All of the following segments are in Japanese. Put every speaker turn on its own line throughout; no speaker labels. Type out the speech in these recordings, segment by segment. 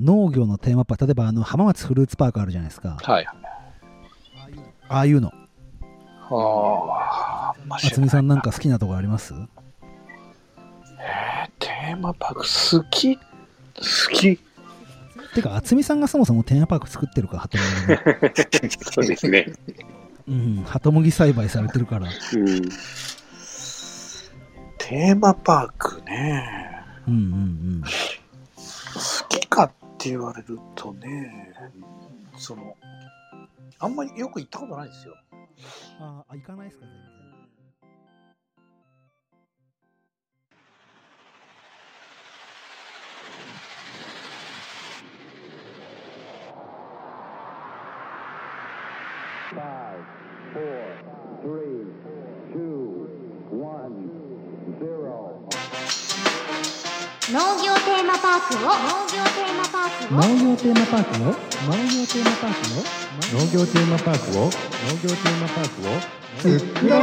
農業のテーマパーク例えばあの浜松フルーツパークあるじゃないですか
はい。
ああいうの
ああ、まあ、
渥美さんなんか好きなとこあります
えーテーマパーク好き好き
てか渥美さんがそもそもテーマパーク作ってるからハトムギ
そうですね。
うんハトムギ栽培されてるから
うん。テーマパークね。
うんうんうん
好きかって言われるとね、その、あんまりよく行ったことないんですよ。
ああ行かないですか全然
農業テーマパークを農業テーマパークを
農業テーマパークを農業テーマパークを農業テーマパークを農業テーマパークを作ろ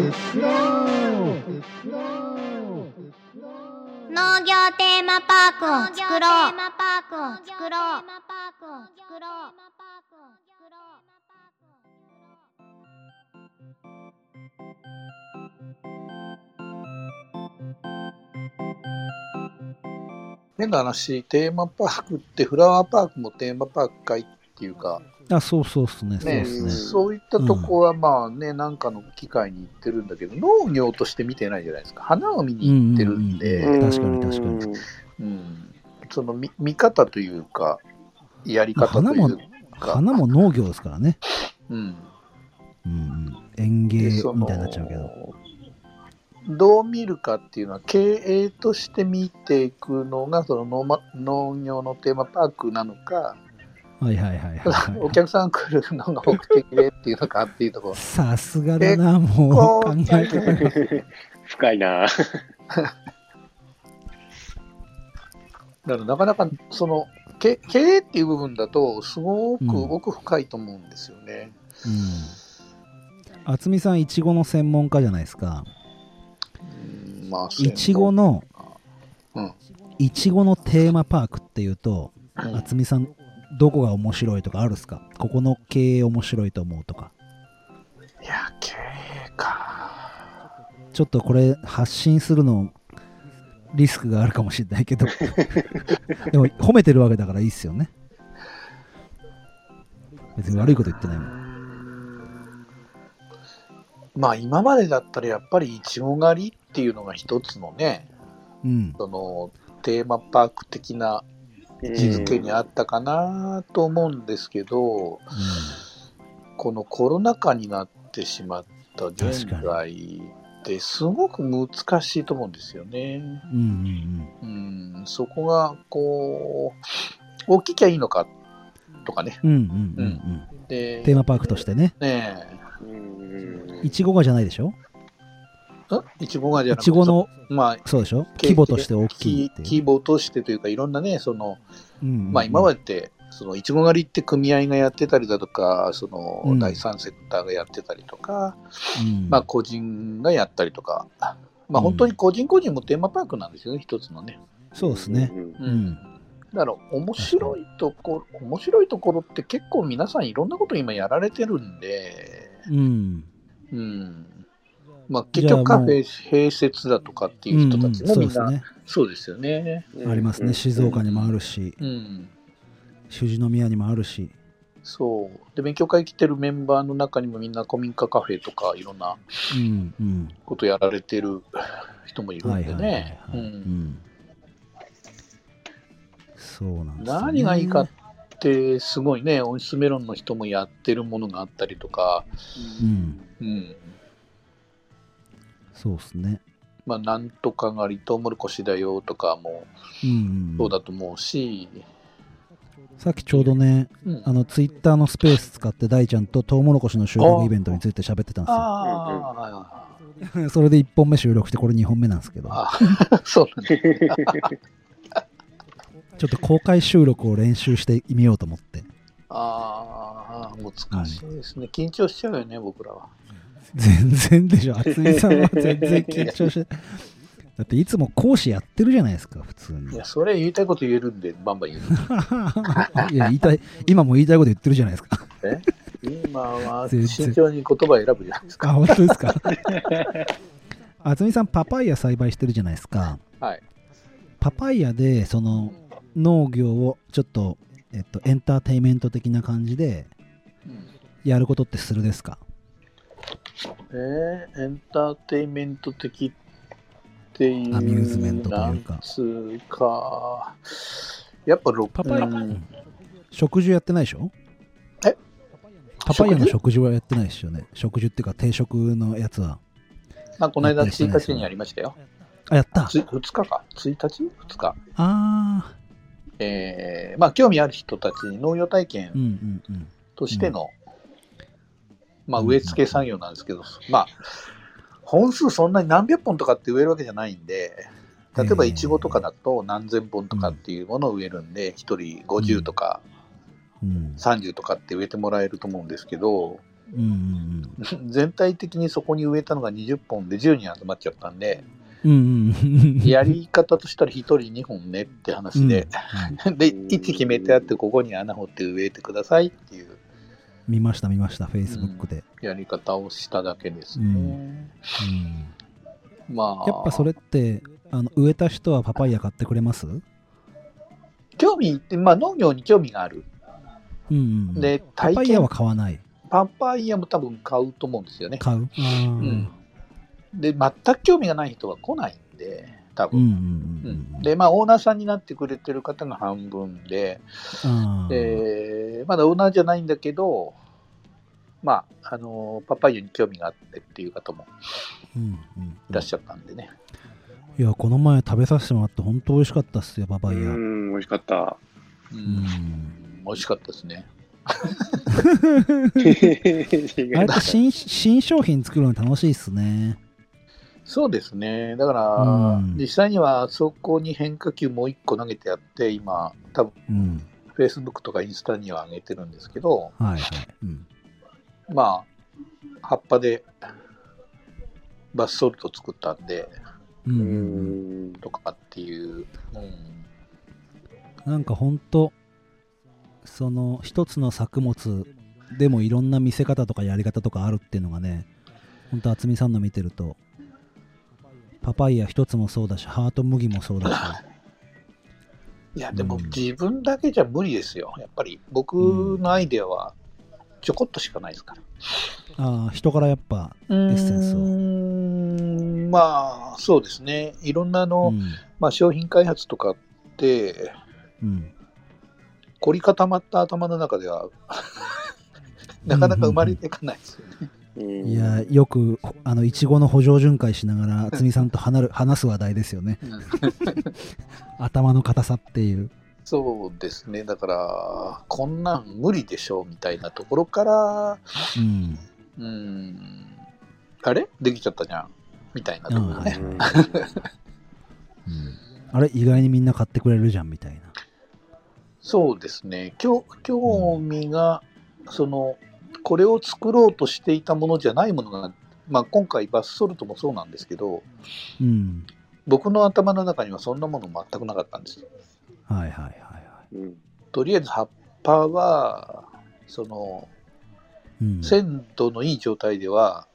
う作ろう
農業テーマパークを作ろう農業テーマパークを作ろう
変な話、テーマパークってフラワーパークもテーマパークかいっていうか、
あそうそうっすねそう
ね、
っ
そう
すね
いったとこはまあね、なんかの機会に行ってるんだけど、農業として見てないじゃないですか。花を見に行ってるんで、
うん確かに確かに
に。
うんその見見方というか、やり方
花
とい
も
うか、
花も農業ですからね、
うん、
うんうん、園芸
で
み
その
たいになっちゃうけど
どう見るかっていうのは、経営として見ていくのが、その農,、農業のテーマパークなのか、
はいはいはいはい、
ただお
は
客さん来るのが目的でっていうのかっていうとこ
い、さすがだなもう考え方が
深いな。
だからなかなかそのけ経営っていう部分だとすご
う
く
ん
奥深いと思うんですよね。
うん渥美さんいちごの専門家じゃないですか
うんまあ
いちごの
うん
いちごのテーマパークっていうと
うん
渥美さんどこが面白いとかあるっすかここの経営面白いと思うとか
いや経営か。
ちょっとこれ発信するのリスクがあるかもしれない けどでも褒めてるわけだからいいっすよね別に悪いこと言ってないもん
まあ今までだったらやっぱりいちご狩りっていうのが一つのね
うん
そのテーマパーク的な位置づけにあったかなと思うんですけど、このコロナ禍になってしまった現
確
在ってすごく難しいと思うんですよね。
うんうんうん
うん、そこがこう大ききゃいいのかとかね。
うんうんうんうんうん
で
テーマパークとしてね
ね
うん
いちごがじゃないでしょ
えんいちごがじゃ
い
なくて
ちごの
まあ
そうでしょ規模として大きいってい
規
う、
模としてというかいろんなねその、
うんうん
まあ、今までってそのいちご狩りって組合がやってたりだとかその、
うん
第三セクターがやってたりとか、
うん
まあ、個人がやったりとか、まあ、本当に個人個人もテーマパークなんですよね一つのね。
そうですね。
う
うん
だから面白いところ面白いところって結構皆さんいろんなこと今やられてるんで、
うん
うんまあ、結局カフェ併設だとかっていう人たちも
うんう
み
ん
ん
そう
な
ですね
そうですよね。
ありますね静岡にもあるし
うん
富士宮にもあるし
そう。で、勉強会来てるメンバーの中にもみんな古民家カフェとかいろんな
うんうん
ことやられてる人もいる
は
ん
い
で
はいはい
ね。
は
う
い
ん
そうなんですよね
何がいいかってすごいね、オイスメロンの人もやってるものがあったりとか、
うん
うん。
そうですね
まあ、なんとかがりトウモロコシだよとかも
うん
そうだと思うし、
さっきちょうどね
うん
あのツイッターのスペース使って大ちゃんとトウモロコシの収録イベントについて喋ってたんですよ
あー
それで1本目収録してこれ2本目なんですけどちょ
あ、そうなん だ
っと公開収録を練習してみようと思って
あー難しいですね。緊張しちゃうよね、僕らは。
全然でしょ渥美さんは全然緊張してだっていつも講師やってるじゃないですか、普通
い
に
や、。それ言いたいこと言えるんで、バンバン言う。
いや言いたい、今も言いたいこと言ってるじゃないですか。
ね、今 は
全然
慎重に言葉選ぶじゃないです
あ、
か。
本当ですか。 あつみさん、パパイヤ栽培してるじゃないですか。
はい。
パパイヤで、その農業をちょっと、えっと、エンターテインメント的な感じでやることってするですか
えーエンターテインメント的っていう。
アミューズメントというか
なんつうか。やっぱロッ
パパイヤ、
うん
食事やってないでしょ
え
パパイヤの食事はやってないですよね。食事っていうか定食のやつは。
まあ、この間1日にやりましたよ。
あ、やった。あ
つ2日か ?1 日 ?2 日。
あ
えーまあ、興味ある人たちに農業体
ー、う
験
んうんうん。
としての、まあ、
うん
植え付け作業なんですけど、まあ、本数そんなに何百本とかって植えるわけじゃないんで、例えば
えー
イチゴとかだと何千本とかっていうものを植えるんで、一人50とか
うん、
30とかって植えてもらえると思うんですけど、
うんうん
全体的にそこに植えたのが20本で10人集まっちゃったんで、
うんうんうん
やり方としたら一人2本ねって話で、 で、位置決めてあって、ここに穴掘って植えてくださいっていう
見ました見ましたフェイスブックで、
やり方をしただけです
う
ね。ま
うん
あ、
やっぱそれってあの植えた人はパパイヤ買ってくれますうん
興味って、まあ農業に興味がある。
うんうん
で、
パ
体
パイヤ
験
は、買わない
パパイヤも多分買うと思うんですよね。
買うあーう
うん
ん
で、全く興味がない人は来ないんで、多
うんう
分。
んうん
で、まあ、オーナーさんになってくれてる方が半分で、
あー
でまだオーナーじゃないんだけど、まあ、あのパパイヤに興味があってっていう方も
うんうん
いらっしゃったんでね。
いやこの前食べさせてもらって本当美味しかったっすよパ パイヤうん
ん、美味し かった。
う
う
んん
美味しかったですね。
あれっ
意
て新新商品作るの楽しいっすね
そうですね。だから、
うん
実際にはあそこに変化球もう一個投げてやって、今、多分
うん
Facebook とかインスタには上げてるんですけど、
はいはい、うん、
まあ、葉っぱでバスソルト作ったんで、
うんうんうん
ん
とかっていう。うん
なんかほんとその一つの作物でもいろんな見せ方とかやり方とかあるっていうのがねほんと渥美さんの見てるとパパイヤ一つもそうだしハート麦もそうだし
いや、でも
うん
自分だけじゃ無理ですよ。やっぱり僕のアイデアはちょこっとしかないですから。
ああ人からやっぱ
エ
ッセンスを
まあ、そうですね。いろんなの、
うん
まあ、商品開発とかって、
うん
凝り固まった頭の中ではなかなか生まれていかないですよね。
いやよくあのいちごの補助巡回しながら渥美さんと離る話す話題ですよね頭の硬さっていう
そうですねだからこんなん無理でしょうみたいなところから
うん
うーんあれできちゃったじゃんみたいなところ
う
ね、
んあれ意外にみんな買ってくれるじゃんみたいな
そうですね興興味がそのこれを作ろうとしていたものじゃないものが、まあ、今回バスソルトもそうなんですけど
うん
僕の頭の中にはそんなもの全くなかったんですよ
はいはいはいはい
とりあえず葉っぱはその
うん
鮮度のいい状態では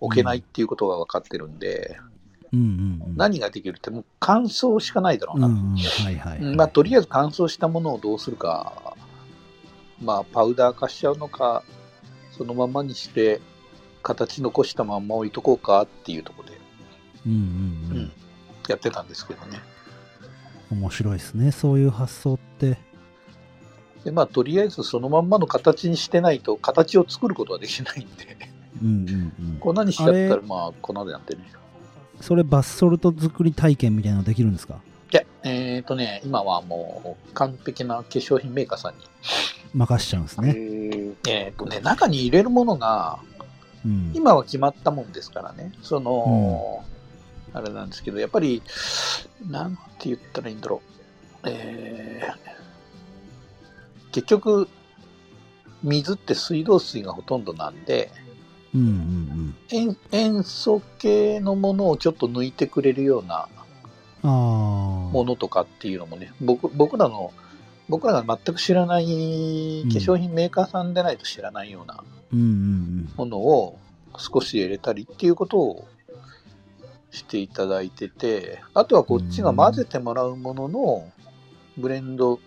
置けないっていうことが分かってるんで、
うんうんうん
何ができるってもう乾燥しかないだろう
うん
な、
うん、はいはい、はい。
まあ、とりあえず乾燥したものをどうするか、まあ、パウダー化しちゃうのかそのままにして形残したまんま置いとこうかっていうところで、
うんうんう
うん
ん。
やってたんですけどね
面白いですね、そういう発想って。
で、まあ、とりあえずそのまんまの形にしてないと形を作ることはできないんで
うんうんうん。
粉にしちゃった
あ
ら
れ
まあ粉でなんてね
それ、バスソルト作り体験みたいなのできるんですか
いや、えっ、とね、今はもう完璧な化粧品メーカーさんに、
任しちゃうんですね。
えっ、とね、中に入れるものが、
うん。
今は決まったもんですからね、その、あれなんですけど、やっぱり、なんて言ったらいいんだろう、えー結局、水って水道水がほとんどなんで、
うんうん
塩塩素系のものをちょっと抜いてくれるような
ああ
ものとかっていうのもね僕僕らの僕らが全く知らない
うん
化粧品メーカーさんでないと知らないような
うんうん
ものを少し入れたりっていうことをしていただいててあとはこっちが混ぜてもらうもののブレンドっ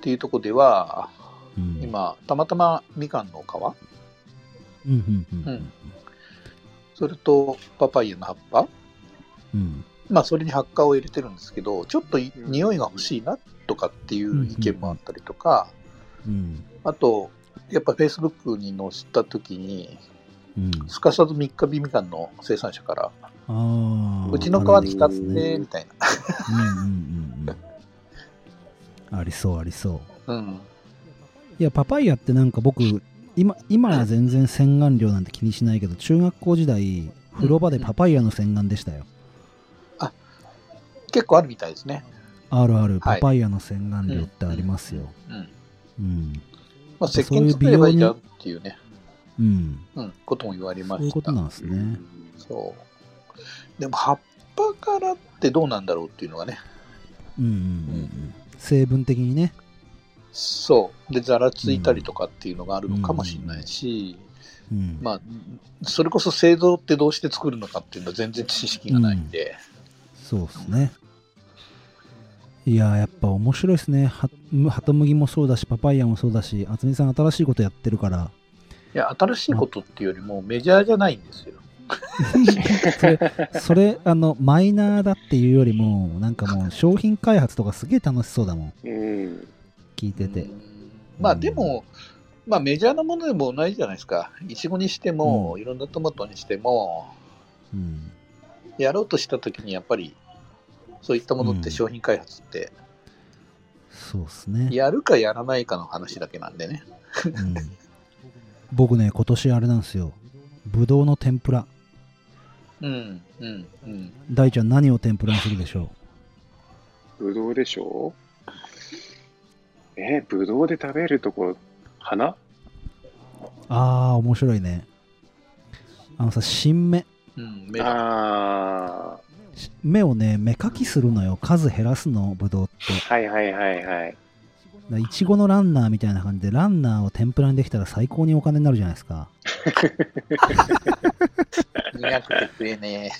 ていうとこでは
うんうん
今たまたまみかんの皮
うんうんう
うん
ん
それとパパイヤの葉っぱ
うん
まあそれに発火を入れてるんですけどちょっとい
うん
匂いが欲しいなとかっていう意見もあったりとか
うん
あとやっぱ Facebook に載せた時に
うん
すかさず三日日みかんの生産者から
ああ
うちの皮使ってみたいな
うんうんうんうんありそうありそう
うん
いやパパイヤってなんか僕今今は全然洗顔料なんて気にしないけど中学校時代風呂場でパパイヤの洗顔でしたよ
結構あるみたいですね、
あるある
は
パ
い
パイヤの洗顔料ってありますよ
うん
うん
まあ、石鹸作ればいいじゃんっていうね
うん
うん、ことも言われま
そういう
し
こと
た
なんですね
そうでも葉っぱからってどうなんだろうっていうのがね
うんうんうんうん成分的にね
そうでざらついたりとかっていうのがあるのかもしれないし、
うん
まあそれこそ製造ってどうして作るのかっていうのは全然知識がないんで、
そうですね。いやーやっぱ面白いですね。は鳩麦もそうだし、パパイヤもそうだし、渥美さん新しいことやってるから、
いや新しいことっていうよりもメジャーじゃないんですよ
それ、それあの、マイナーだっていうよりも、なんかもう商品開発とかすげえ楽しそうだもん、
うん。
聞いてて
う。んまあでも、まあメジャーなものでも同じじゃないですかいちごにしても、
うん
いろんなトマトにしても
うん。
やろうとした時にやっぱりそういったものっ
うん
て商品開発って、
そうですね。
やるかやらないかの話だけなんでね
うん、僕ね、今年あれなんですよ。ぶどうの天ぷら。
うんうんうん
大ちゃん何を天ぷらにするでしょ
ぶどうでしょうえー、ぶどうで食べるとこ、花
うあー、面白いね。あのさ、新芽。
うんメラ
あ
目をね目かきするのよ数減らすのブドウって
あ、はいはいはいはい。
だからいちごのランナーみたいな感じでランナーを天ぷらにできたら最高にお金になるじゃないですか
苦くて食えね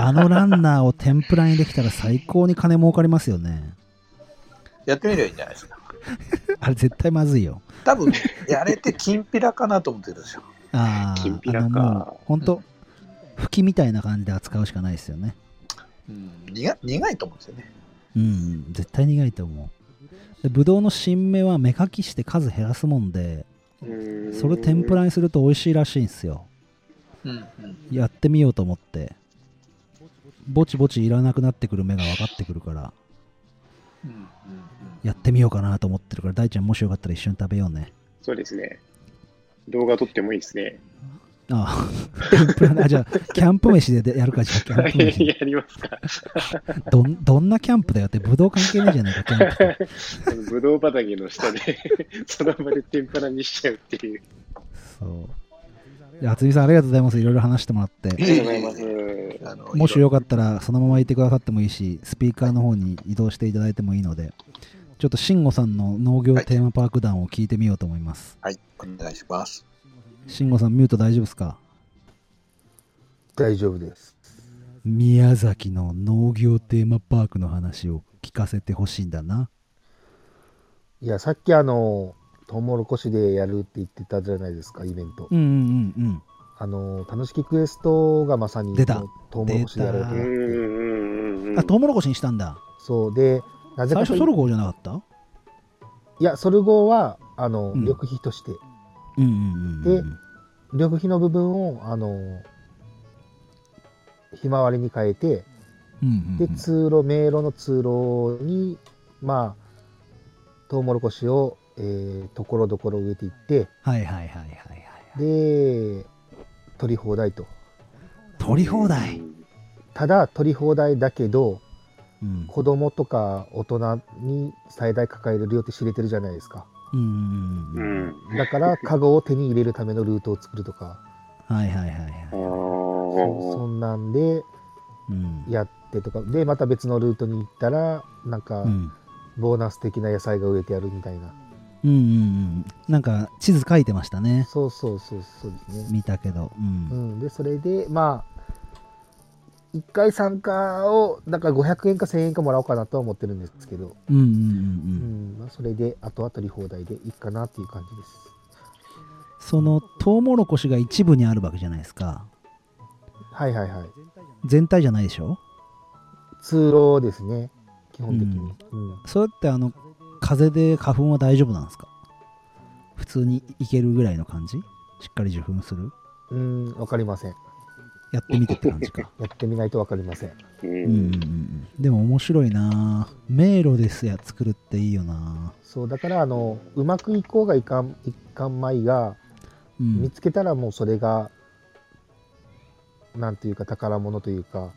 あのランナーを天ぷらにできたら最高に金儲かりますよね
えやってみればいいんじゃないですか
あれ絶対まずいよ
多分やれてきんぴらかなと思ってるんですよ
あ
きん
あ
ぴ
あ
らか
のもうほんと吹きみたいな感じで扱うしかないですよね
うん苦苦いと思うんですよね
うん絶対苦いと思うでブドウの新芽は目かきして数減らすもんでそれ天ぷらにすると美味しいらしいんですよ
うんうん
やってみようと思ってぼちぼちいらなくなってくる目が分かってくるから
うんうんうん
やってみようかなと思ってるから大ちゃんもしよかったら一緒に食べようね
そうですね。動画撮ってもいいですね。
ああ天ぷらなあ じゃあキャンプ飯ででやるかじゃあキ ャンプ飯
やりますか。
どんどんなキャンプだよってブドウ関係ないじゃないかキャンプと
あのぶどう畑の下で、 その場で天ぷらにしちゃうっていう。
そういや渥美さんありがとうございますいろいろ話してもらって
ありがとうございます。
あの
もしよかったらそのままいてくださってもいいしスピーカーの方に移動していただいてもいいのでちょっと慎吾さんの農業テーマパーク団を聞いてみようと思います
はいお願いします
慎吾さんミュート大丈夫ですか
大丈夫です。
宮崎の農業テーマパークの話を聞かせてほしいんだな。
いや、さっきあの、トウモロコシでやるって言ってたじゃないですか、イベント。
うんうんうん
あの、楽しきクエストがまさに
出た
このトウモロコシでやろうと
う
思
ん
っ
う
て。
んうんうん。
あ、トウモロコシにしたんだ。
そうで、な
最
ぜか
初
と
ソルゴじゃなかった
いや、ソルゴは、あの、
うん
緑肥として、
うんうんうんう
で
ん。
緑肥の部分を、あの、ひまわりに変えて、
うんうんう
で、
ん
通路、迷路の通路に、まあ、トウモロコシを、えー、ところどころ植えていって、
はいはいはいはいはい。
で、取り放題と。
取り放題。
ただ取り放題だけど
うん
子供とか大人に最大抱える量って知れてるじゃないですか
うんうん
う
うんうん。
ん。
だからカゴを手に入れるためのルートを作るとか
はいはいはいはい。
あ
そそ
ー
んなんで
うん
やっってとかでまた別のルートに行ったらなんか
うん
ボーナス的な野菜が植えてあるみたいな、
うんうんうんなんか地図書いてましたね
そうそうそうそうですね、
見たけどう
うんん、でそれでまあ1回参加をなんか500円か1000円かもらおうかなとは思ってるんですけど、
うんうんうんう
う
ん
んまあ、それで後々取り放題でいいかなっていう感じです
そのトウモロコシが一部にあるわけじゃないですか
はいはいはい
全体じゃないでしょ
通路ですね基本的に、うん
それってあの風邪で花粉は大丈夫なんですか普通にいけるぐらいの感じしっかり受粉する
うん、わかりません。
やってみてって感じか
やってみないとわかりません。
う
うんんうんうんでも面白いな迷路ですや作るっていいよな
そう、だから、あの、うまくいこうがいかん、いかんまいが、
うん
見つけたらもうそれが、なんていうか宝物というか、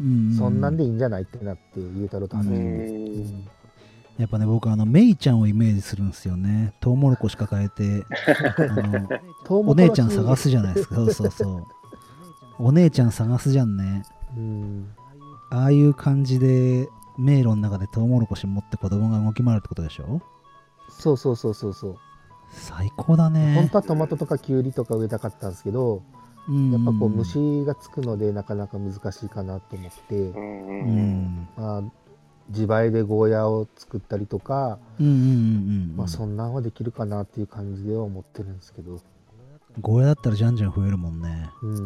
うん
そんなんでいいんじゃないってなって、ゆうたろうと話してます。うん
やっぱね僕あのメイちゃんをイメージするんですよねトウモロコシ抱えてあ の
トウ
お
モコ
姉
ロシ
ちゃん探すじゃないですかそうそうそうお姉ちゃん探すじゃんね
うん、
ああいう感じで迷路の中でトウモロコシ持って子供が動き回るってことでしょ
そうそうそうそうそう。
最高だ
本
ね
当はトマトとかキュウリとか植えたかったんですけど、
うん
やっぱこう虫がつくのでなかなか難しいかなと思って
う、
う
んうんん
う
うん
ん
まあ、自前でゴーヤを作ったりとか、
うんうんうん
まあそんなんはできるかなっていう感じでは思ってるんですけど、
ゴーヤだったらじゃんじゃん増えるもんね
うん、
う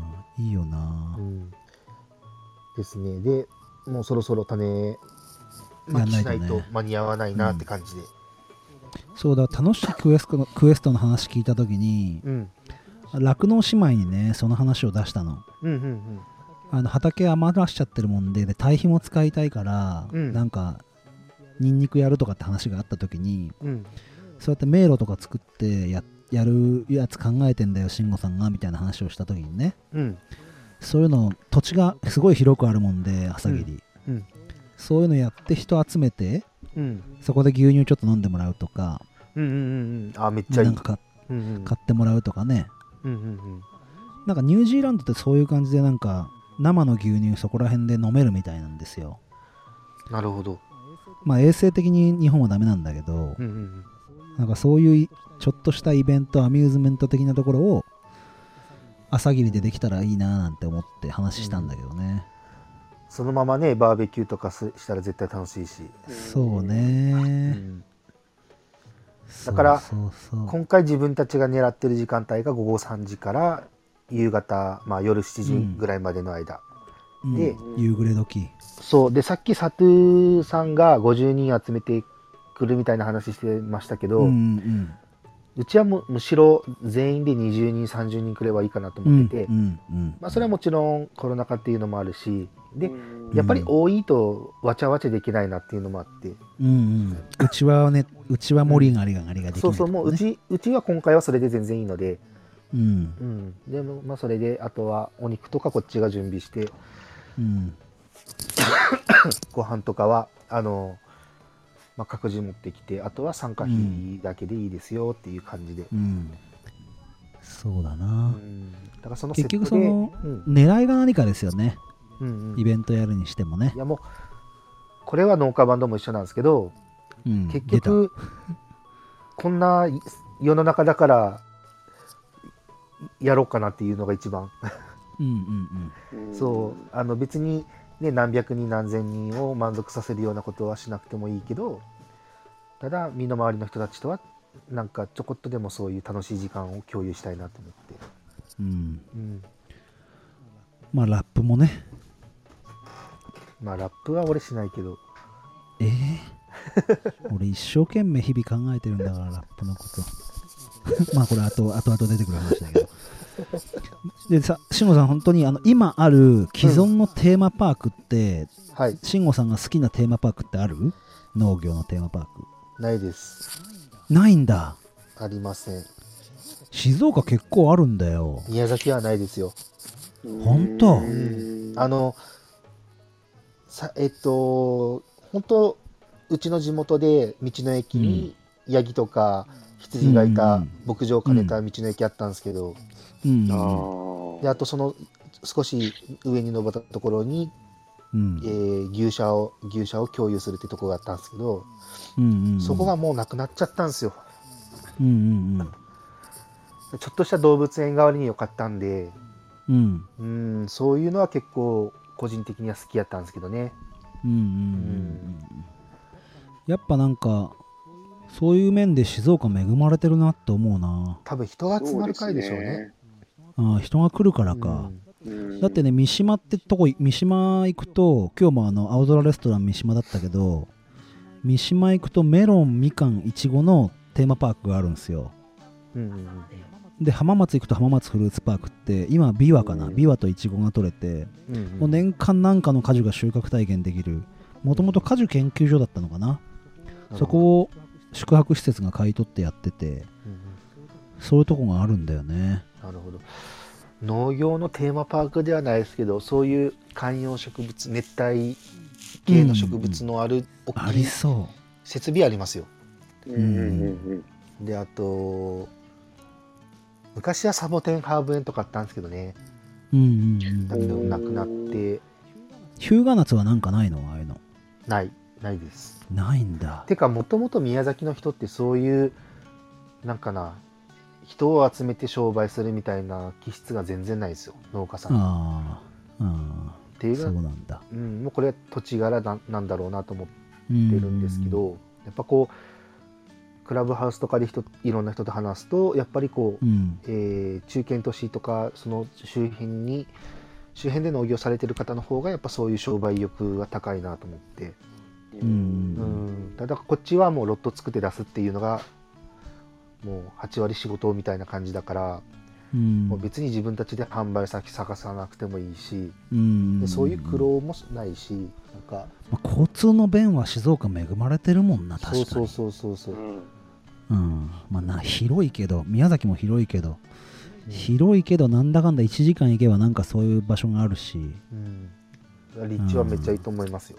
んいいよな
うん、ですね。で、もうそろそろ種ま
や
き
んない
し
と
な
ね
いと間に合わないなって感じで、
そうだ楽しいクエストのクエストの話聞いた時に
うん、
酪農姉妹にねその話を出したの
うん、うん、
あの畑余らしちゃってるもんでで堆肥も使いたいから、
うん
なんかニンニクやるとかって話があった時に
うん、うん、
そうやって迷路とか作ってややるやつ考えてんだよ慎吾さんがみたいな話をした時にね
うん、
そういうの土地がすごい広くあるもんで朝霧、
うんうん
そういうのやって人集めて
うん、
そこで牛乳ちょっと飲んでもらうとか
うん、うん、あ、めっちゃい
ないん。か買
うん、うん、
買ってもらうとかね
うん、うん、
なんかニュージーランドってそういう感じでなんか生の牛乳そこら辺で飲めるみたいなんですよ
なるほど。
まあ衛生的に日本はダメなんだけど
うん、うん、
なんかそういうちょっとしたイベントアミューズメント的なところを朝霧でできたらいいななんて思って話したんだけどね、
そのままね、バーベキューとかすしたら絶対楽しいし。
そう
う
ね、
ん、
そ
だ
う
から
そうそう
今回自分たちが狙ってる時間帯が午後3時から夕方、まあ、夜7時ぐらいまでの間、
うん
で
夕暮れ時
そうでさっきサトゥーさんが50人集めてくるみたいな話してましたけど、
う
うん
うん
ちはむむしろ全員で20人30人くればいいかなと
うんう
思っ
ん
てて、
うんうん
まあ、それはもちろんコロナ禍っていうのもあるしで
うん
やっぱり多いとわちゃわちゃできないなっていうのもあって、
うんうんうちはねうちは盛り上がりがありができ
そ
な
う
い
そうもうう
とかね
ちうちは今回はそれで全然いいので、
うん
うん、でもまあそれであとはお肉とかこっちが準備して
うん
ご飯とかはあの、まあ、各自持ってきてあとは参加費だけでいいですよっていう感じで、
うんそうだ
う
な、
んだからそのセ
結
ットで
局その
うん
狙いが何かですよね
うんうん
イベントやるにしてもね
い、やもうこれは農家バンドも一緒なんですけど
うん、
結
出た
局こんな世の中だからやろうかなっていうのが一番、
うんうん
そうあの別に、ね、何百人何千人を満足させるようなことはしなくてもいいけどただ身の回りの人たちとはなんかちょこっとでもそういう楽しい時間を共有したいなと思って、
うんうん
うん、
まあラップもね
まあラップは俺しないけど
ええ俺一生懸命日々考えてるんだからラップのこと まあこれ後後々出てくる話だけどでさ慎吾さん本当にあの今ある既存のテーマパークって、
はい
慎吾さんが好きなテーマパークってある農業のテーマパーク
ないです
ないんだ
ありません
静岡結構あるんだよ
宮崎はないですよ
うん
本当
うん
あのさえっと本当うちの地元で道の駅にヤギとか羊がい
うんう
た
ん
牧場を兼ねた道の駅あったんですけど、
うん
あー
であとその少し上に登ったところに、
うん
えー牛舎を牛舎を共有するってとこがあったんですけど、
うんうん
そこがもうなくなっちゃったんですよ
うんうんうん
ちょっとした動物園代わりに良かったんで
うん
うんそういうのは結構個人的には好きやったんですけどね
うんうんうんやっぱなんかそういう面で静岡恵まれてるなって思うな
多分人が集まる回でしょうね
あー人が来るから
う
か、
そ
ん
うですね。うん
だってね三島ってとこ三島行くと今日もあの青空レストラン三島だったけど三島行くとメロンみかんいちごのテーマパークがあるんですよ
うんうんうん
で浜松行くと浜松フルーツパークって今ビワかなビワとイチゴが取れて
うんうん
もう年間なんかの果樹が収穫体験できるもともと果樹研究所だったのかなそこを宿泊施設が買い取ってやってて
うんうん
そういうとこがあるんだよね
なるほど農業のテーマパークではないですけどそういう観葉植物熱帯系の植物のある
あ
大き
り
い
そ
設備ありますよ
うんうん
であと昔はサボテンハーブ園とかあったんですけどね
ううんうんうん
だけどなくなって
日向夏はなんかないのああいうの
ないないです
ないんだ
てかもともと宮崎の人ってそういうなんかな人を集めて商売するみたいな気質が全然ないですよ農家さんっ
あーあ
てい
ー
う
そう
のは
なんだ
うん、もうこれは土地柄ななんだろうなと思って
う
ってるんですけど、やっぱこうクラブハウスとかで人いろんな人と話すとやっぱりこう、
うん
えー中堅都市とかその周辺に周辺で農業されてる方の方がやっぱそういう商売欲が高いなと思って、
うん
う
うんん、ただこっちはもうロット作って出すっていうのがもう8割仕事みたいな感じだから、
うん
もう別に自分たちで販売先探さなくてもいいし、
うん
でそういう苦労もないしなんか
まあ交通の便は静岡恵まれてるもんな確か
そう
に
そうそうそうそうう、
ん
うんまあな広いけど宮崎も広いけど広いけどなんだかんだ1時間行けばなんかそういう場所があるし
うん、立地はめっちゃいいと思いますよ。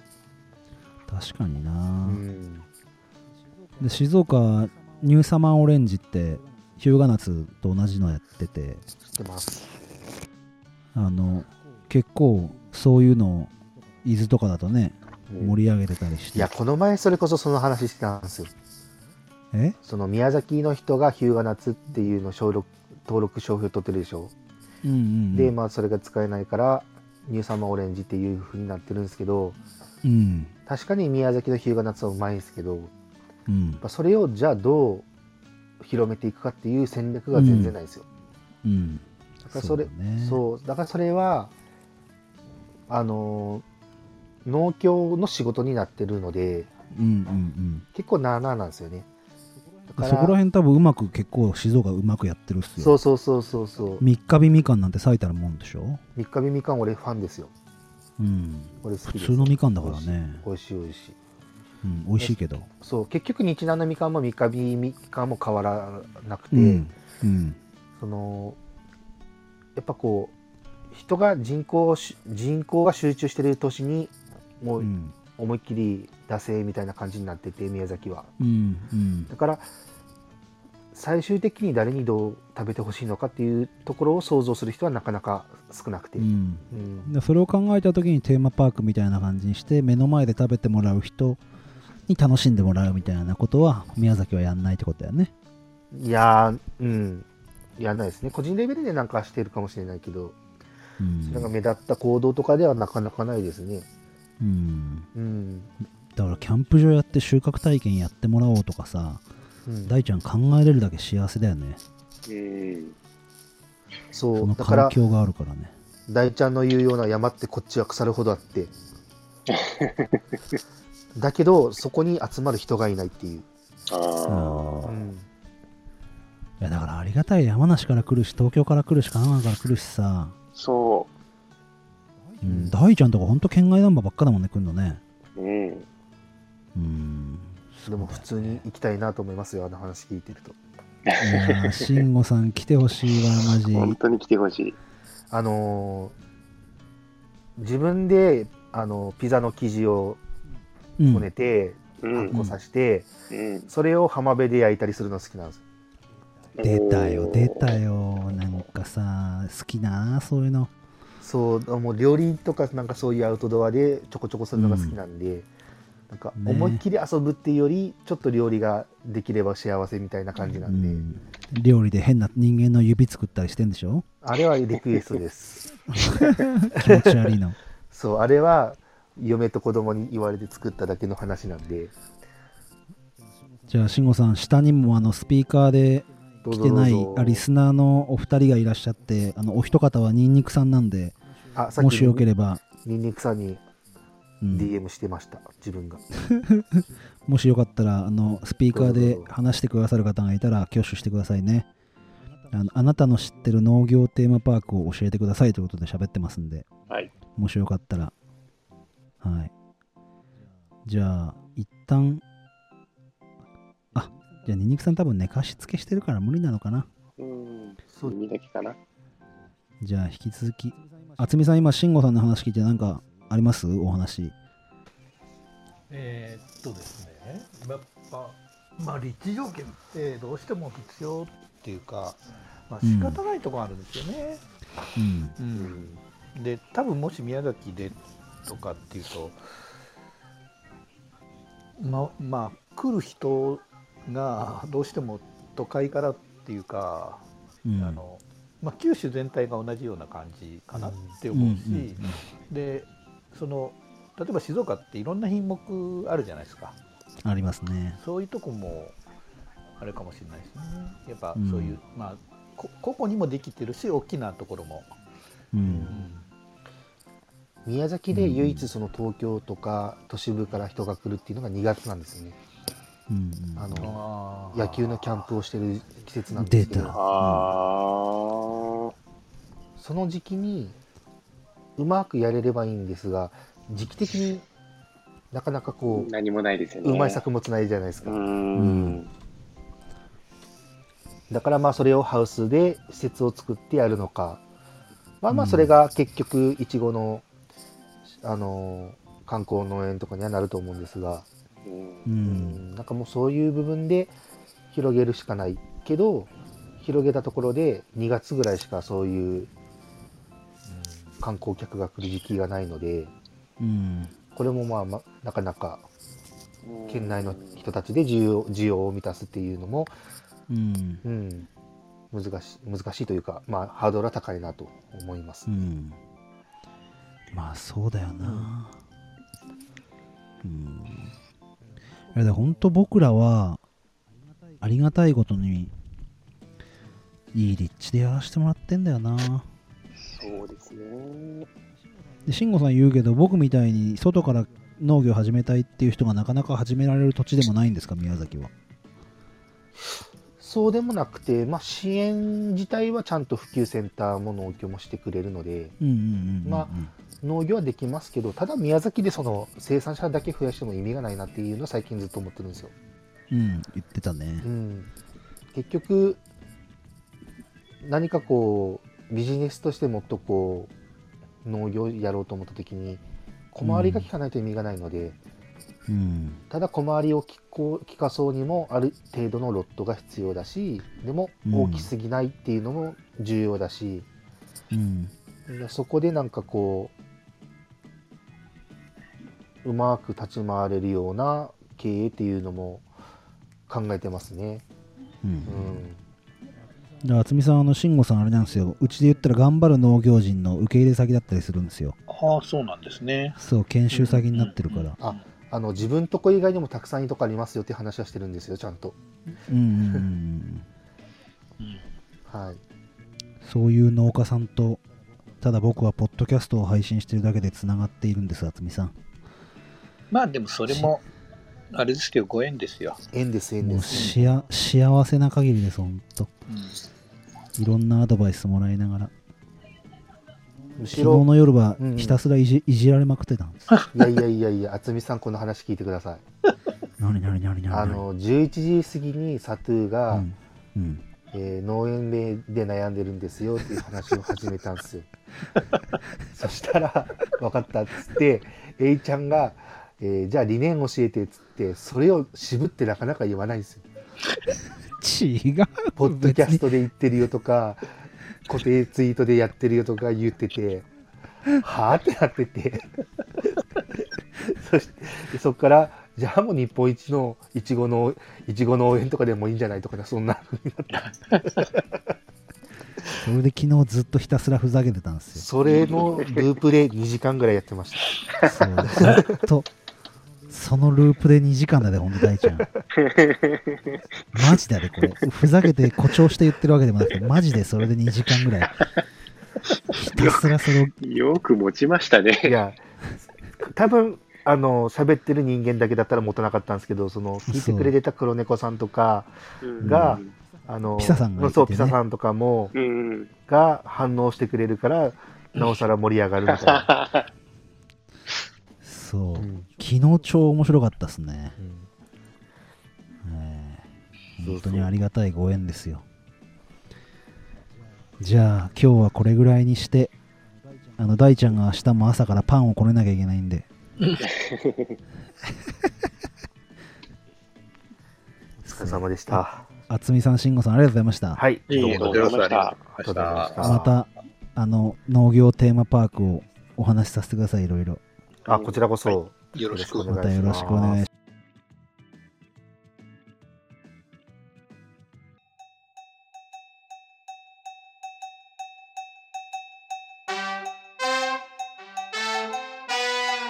確かにな、
うん
で静岡ニューサマーオレンジって日向夏と同じのやってて
知ってます。
あの結構そういうのを伊豆とかだとね
うん
盛り上げてたりし
い
て、
や、この前それこそその話してたんですよ。
え
その宮崎の人が日向夏っていうの登録登録商標取ってるでしょ。
うんうんうん
で、まあそれが使えないから、ニューサマーオレンジっていう風になってるんですけど、
うん
確かに宮崎の日向夏はうまいんですけど、や
うん
っぱそれをじゃあどう広めていくかっていう戦略が全然ないんですよ。
うん
だからそれ
そうだね
そうだからそれはあのー農協の仕事になってるので
うんうん
結構なあなあなんですよねだ
うん
か
そこら
ら
辺多分うまく結構静岡うまくやってるっすよ
そうそうそうそうそう
三日日みかんなんて咲いたらもんでしょ
三日日みかん俺ファンですよ
うん
俺好き
普
です
通のみかんだからね
美味しい美味しい
うん美味しいけど
そう結局日南のみかんも三日日みかんも変わらなくて、
うんうん
そのやっぱこう人が人口をし人口が集中してる都市にも
う
うん思いっきり惰性みたいな感じになってて宮崎は
うんうん
だから最終的に誰にどう食べてほしいのかっていうところを想像する人はなかなか少なくて、
う
うん
んでそれを考えた時にテーマパークみたいな感じにして目の前で食べてもらう人に楽しんでもらうみたいなことは宮崎はやんないってことだよね
いやーうんやんないですね個人レベルでなんかしてるかもしれないけど
う
それが
ん、
目立った行動とかではなかなかないですね
うん、
うん、
だからキャンプ場やって収穫体験やってもらおうとかさ
うん
大ちゃん考えれるだけ幸せだよね
うん
そ
そうの
だから
環境があるからね
大ちゃんの言うような山ってこっちは腐るほどあって だけどそこに集まる人がいないっていう、
ああ。
いやだからありがたい山梨から来るし東京から来るし神奈川から来るしさ、
そ
うん、大ちゃんとかほんと県外ナンバーばっかだもんね来んのね
う。うん。
うん
でも普通に行きたいなと思いますよあの話聞いてると
いやー慎吾さん来てほしいわマジ
本当に来てほしい。
あのー自分で、あのピザの生地を
うん
こねて、
う
発
ん。
酵させて、
うん。
それを浜辺で焼いたりするの好きなんです。
出たよ出たよなんかさ好きなそういうの
そうもう料理とかなんかそういうアウトドアでちょこちょこするのが好きなんで、なんか
ね
思いっきり遊ぶっていうよりちょっと料理ができれば幸せみたいな感じなんで、
うん料理で変な人間の指作ったりしてんでしょ
あれはリクエストです
気持ち悪 いの
そうあれは嫁と子供に言われて作っただけの話なんで
じゃあ慎吾さん下にもあのスピーカーで
どう
来
ぞ
てない
どうぞ
あリスナーのお二人がいらっしゃってあのお一方はニンニクさんなんで
あさっ
もし
き
よければ、
ニンニクさんに
うん
DM してました、自分が
もしよかったらあのスピーカー
どうぞ
で
どうぞ
話してくださる方がいたら挙手してくださいねあのあなたの知ってる農業テーマパークを教えてくださいということで喋ってますんで
はい。
もしよかったらはいじゃあ一旦あじゃあニンニクさん多分ね貸し付けしてるから無理なのかな
うん。
そう
耳だけかな。
じゃあ引き続き渥美さん今慎吾さんの話聞いて何かありますお話
えーっとですねやっぱ、まあ、立地条件ってどうしても必要っていうか、まあ、
うん
仕方ないところあるんですよね。
うん
で多分もし宮崎でとかっていうとままあ来る人がどうしても都会からっていうか、
うん
あのまあ、九州全体が同じような感じかなって思うし、
うんうんうん
でその例えば静岡っていろんな品目あるじゃないですか。
ありますね
そういうとこもあれかもしれないですね。やっぱ
うん
そういう、まあこ個々にもできてるし大きなところも、
うん
宮崎で唯一その東京とか都市部から人が来るっていうのが2月なんですよね
うん
あの
あー
野球のキャンプをしてる季節なんで
出
すけど
た
あ
その時期にうまくやれればいいんですが時期的になかなか
あ
こ。う、
何もないですよ
う
ね。
まい作物ないじゃないです
う
か、
ん。
だからまあそれをハウスで施設を作ってやるのかまあまあそれが結局いちごの、あの観光農園とかにはなると思うんですが、
うん
う
うんん、なんかもうそういう部分で広げるしかないけど広げたところで2月ぐらいしかそういう観光客が来る時期がないので
うん
これもまあ、ま、なかなか県内の人たちで需要需要を満たすっていうのも、
うん
うん、難し難しいというか、まあ、ハードルは高いなと思います
う。んまあそうだよなうんいやで本当僕らはありがたいことにいい立地でやらせてもらってんだよな
そうですね。
で慎吾さん言うけど僕みたいに外から農業始めたいっていう人がなかなか始められる土地でもないんですか宮崎は
そうでもなくて、まあ、支援自体はちゃんと普及センターも農協もしてくれるので、
うんうんうんうんうん
まあ農業はできますけどただ宮崎でその生産者だけ増やしても意味がないなっていうのは最近ずっと思ってるんですよ。
うん言ってたね
うん、結局何かこうビジネスとしてもっとこう農業やろうと思った時に小回りが効かないと意味がないので、
うん
ただ小回りをきこう効かそうにもある程度のロットが必要だしでも
うん
大きすぎないっていうのも重要だし、
うん
いやそこでなんかこううまく立ち回れるような経営っていうのも考えてますね。
う
うんん、
で渥美さんあの慎吾さんあれなんですようちで言ったら頑張る農業人の受け入れ先だったりするんですよ
ああ、そうなんですね。
そう研修先になってるから
ああの自分とこ以外にもたくさんいいとこありますよって話はしてるんですよちゃんと。
うんうんうんうん
うん
はい、
そういう農家さんとただ僕はポッドキャストを配信してるだけでつながっているんです渥美さん
まあでもそれ も、あれですけど、ご縁ですよ。
縁です縁
も
で
う
す。
しあ幸せな限りですほんと
う
いろんなアドバイスもらいながら
むし
昨日の
ろ
夜は
うんうん
ひたすらいじ,、いじられまくってたんです
いやいやいやいや渥美さんこの話聞いてください。
何何何何
あの11時過ぎにサトゥーが、
うんうん
えー農園でで悩んでるんですよっていう話を始めたんですよそしたら「分かった」っつってエイちゃんが、えーじゃあ理念教えて」っつってそれを渋ってなかなか言わないんですよ。
違う
ポッドキャ
別
ス
に
トで言ってるよとか固定ツイートでやってるよとか言っててはあってなってて そしてそこからじゃあもう日本一のいちごのいちご農園とかでもいいんじゃないとかねそんな
それで昨日ずっとひたすらふざけてたんです
それのループで2時間ぐらいやってました
よ。そうずっと、そのループで2時間だね、ほんと大ちゃん。マジだね、これ。ふざけて誇張して言ってるわけでもなくて、マジでそれで2時間ぐらい。ひたすらその、
よく持ちました
い
ね。
や、多分あの喋ってる人間だけだったら持たなかったんですけど、その聞いてくれてた黒猫さんとか、があの
ピサさんがいてね
そうピサさんとかも
うん、うん。
が反応してくれるから、なおさら盛り上がるみたいな。
そうう。
ん
昨日超面白かったっすね。
うん
ええ
そうそう
本当にありがたいご縁ですよ。じゃあ、今日はこれぐらいにして、あの、大ちゃんが明日も朝からパンをこねなきゃいけないんで。
お疲れ様でした。
渥美さん、慎吾さん、ありがとうございました。
はい。
いいえ、
どうも
こちらこそあり
あ
が
りがとうご
とうござ
ざい
いま
ま
し。
したた
また、あの、農業テーマパークをお話しさせてください、いろいろ。
あ、こちらこそ。
よろしく
お願いし
ま
ます
たよろしくお願いします。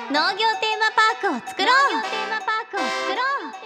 農業テーマパークを作ろう農業テーマパークを作ろう